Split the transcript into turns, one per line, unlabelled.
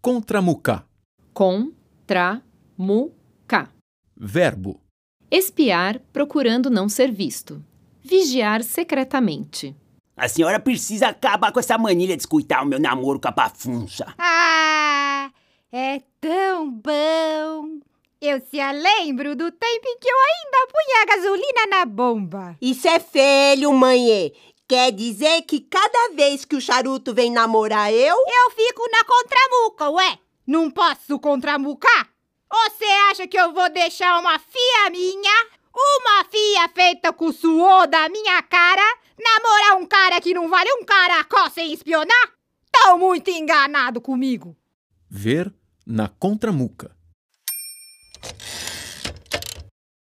Contramucar.
Contramucar.
Verbo.
Espiar procurando não ser visto. Vigiar secretamente.
A senhora precisa acabar com essa mania de escutar o meu namoro com a bafunça.
Ah, é tão bom! Eu se lembro do tempo em que eu ainda punha gasolina na bomba.
Isso é feio, mãe. Quer dizer que cada vez que o charuto vem namorar eu,
Eu fico na contramuca, ué! Não posso contramucar? Ou você acha que eu vou deixar uma fia minha, uma fia feita com o suor da minha cara, namorar um cara que não vale um caracol sem espionar? Tão muito enganado comigo!
Ver na contramuca.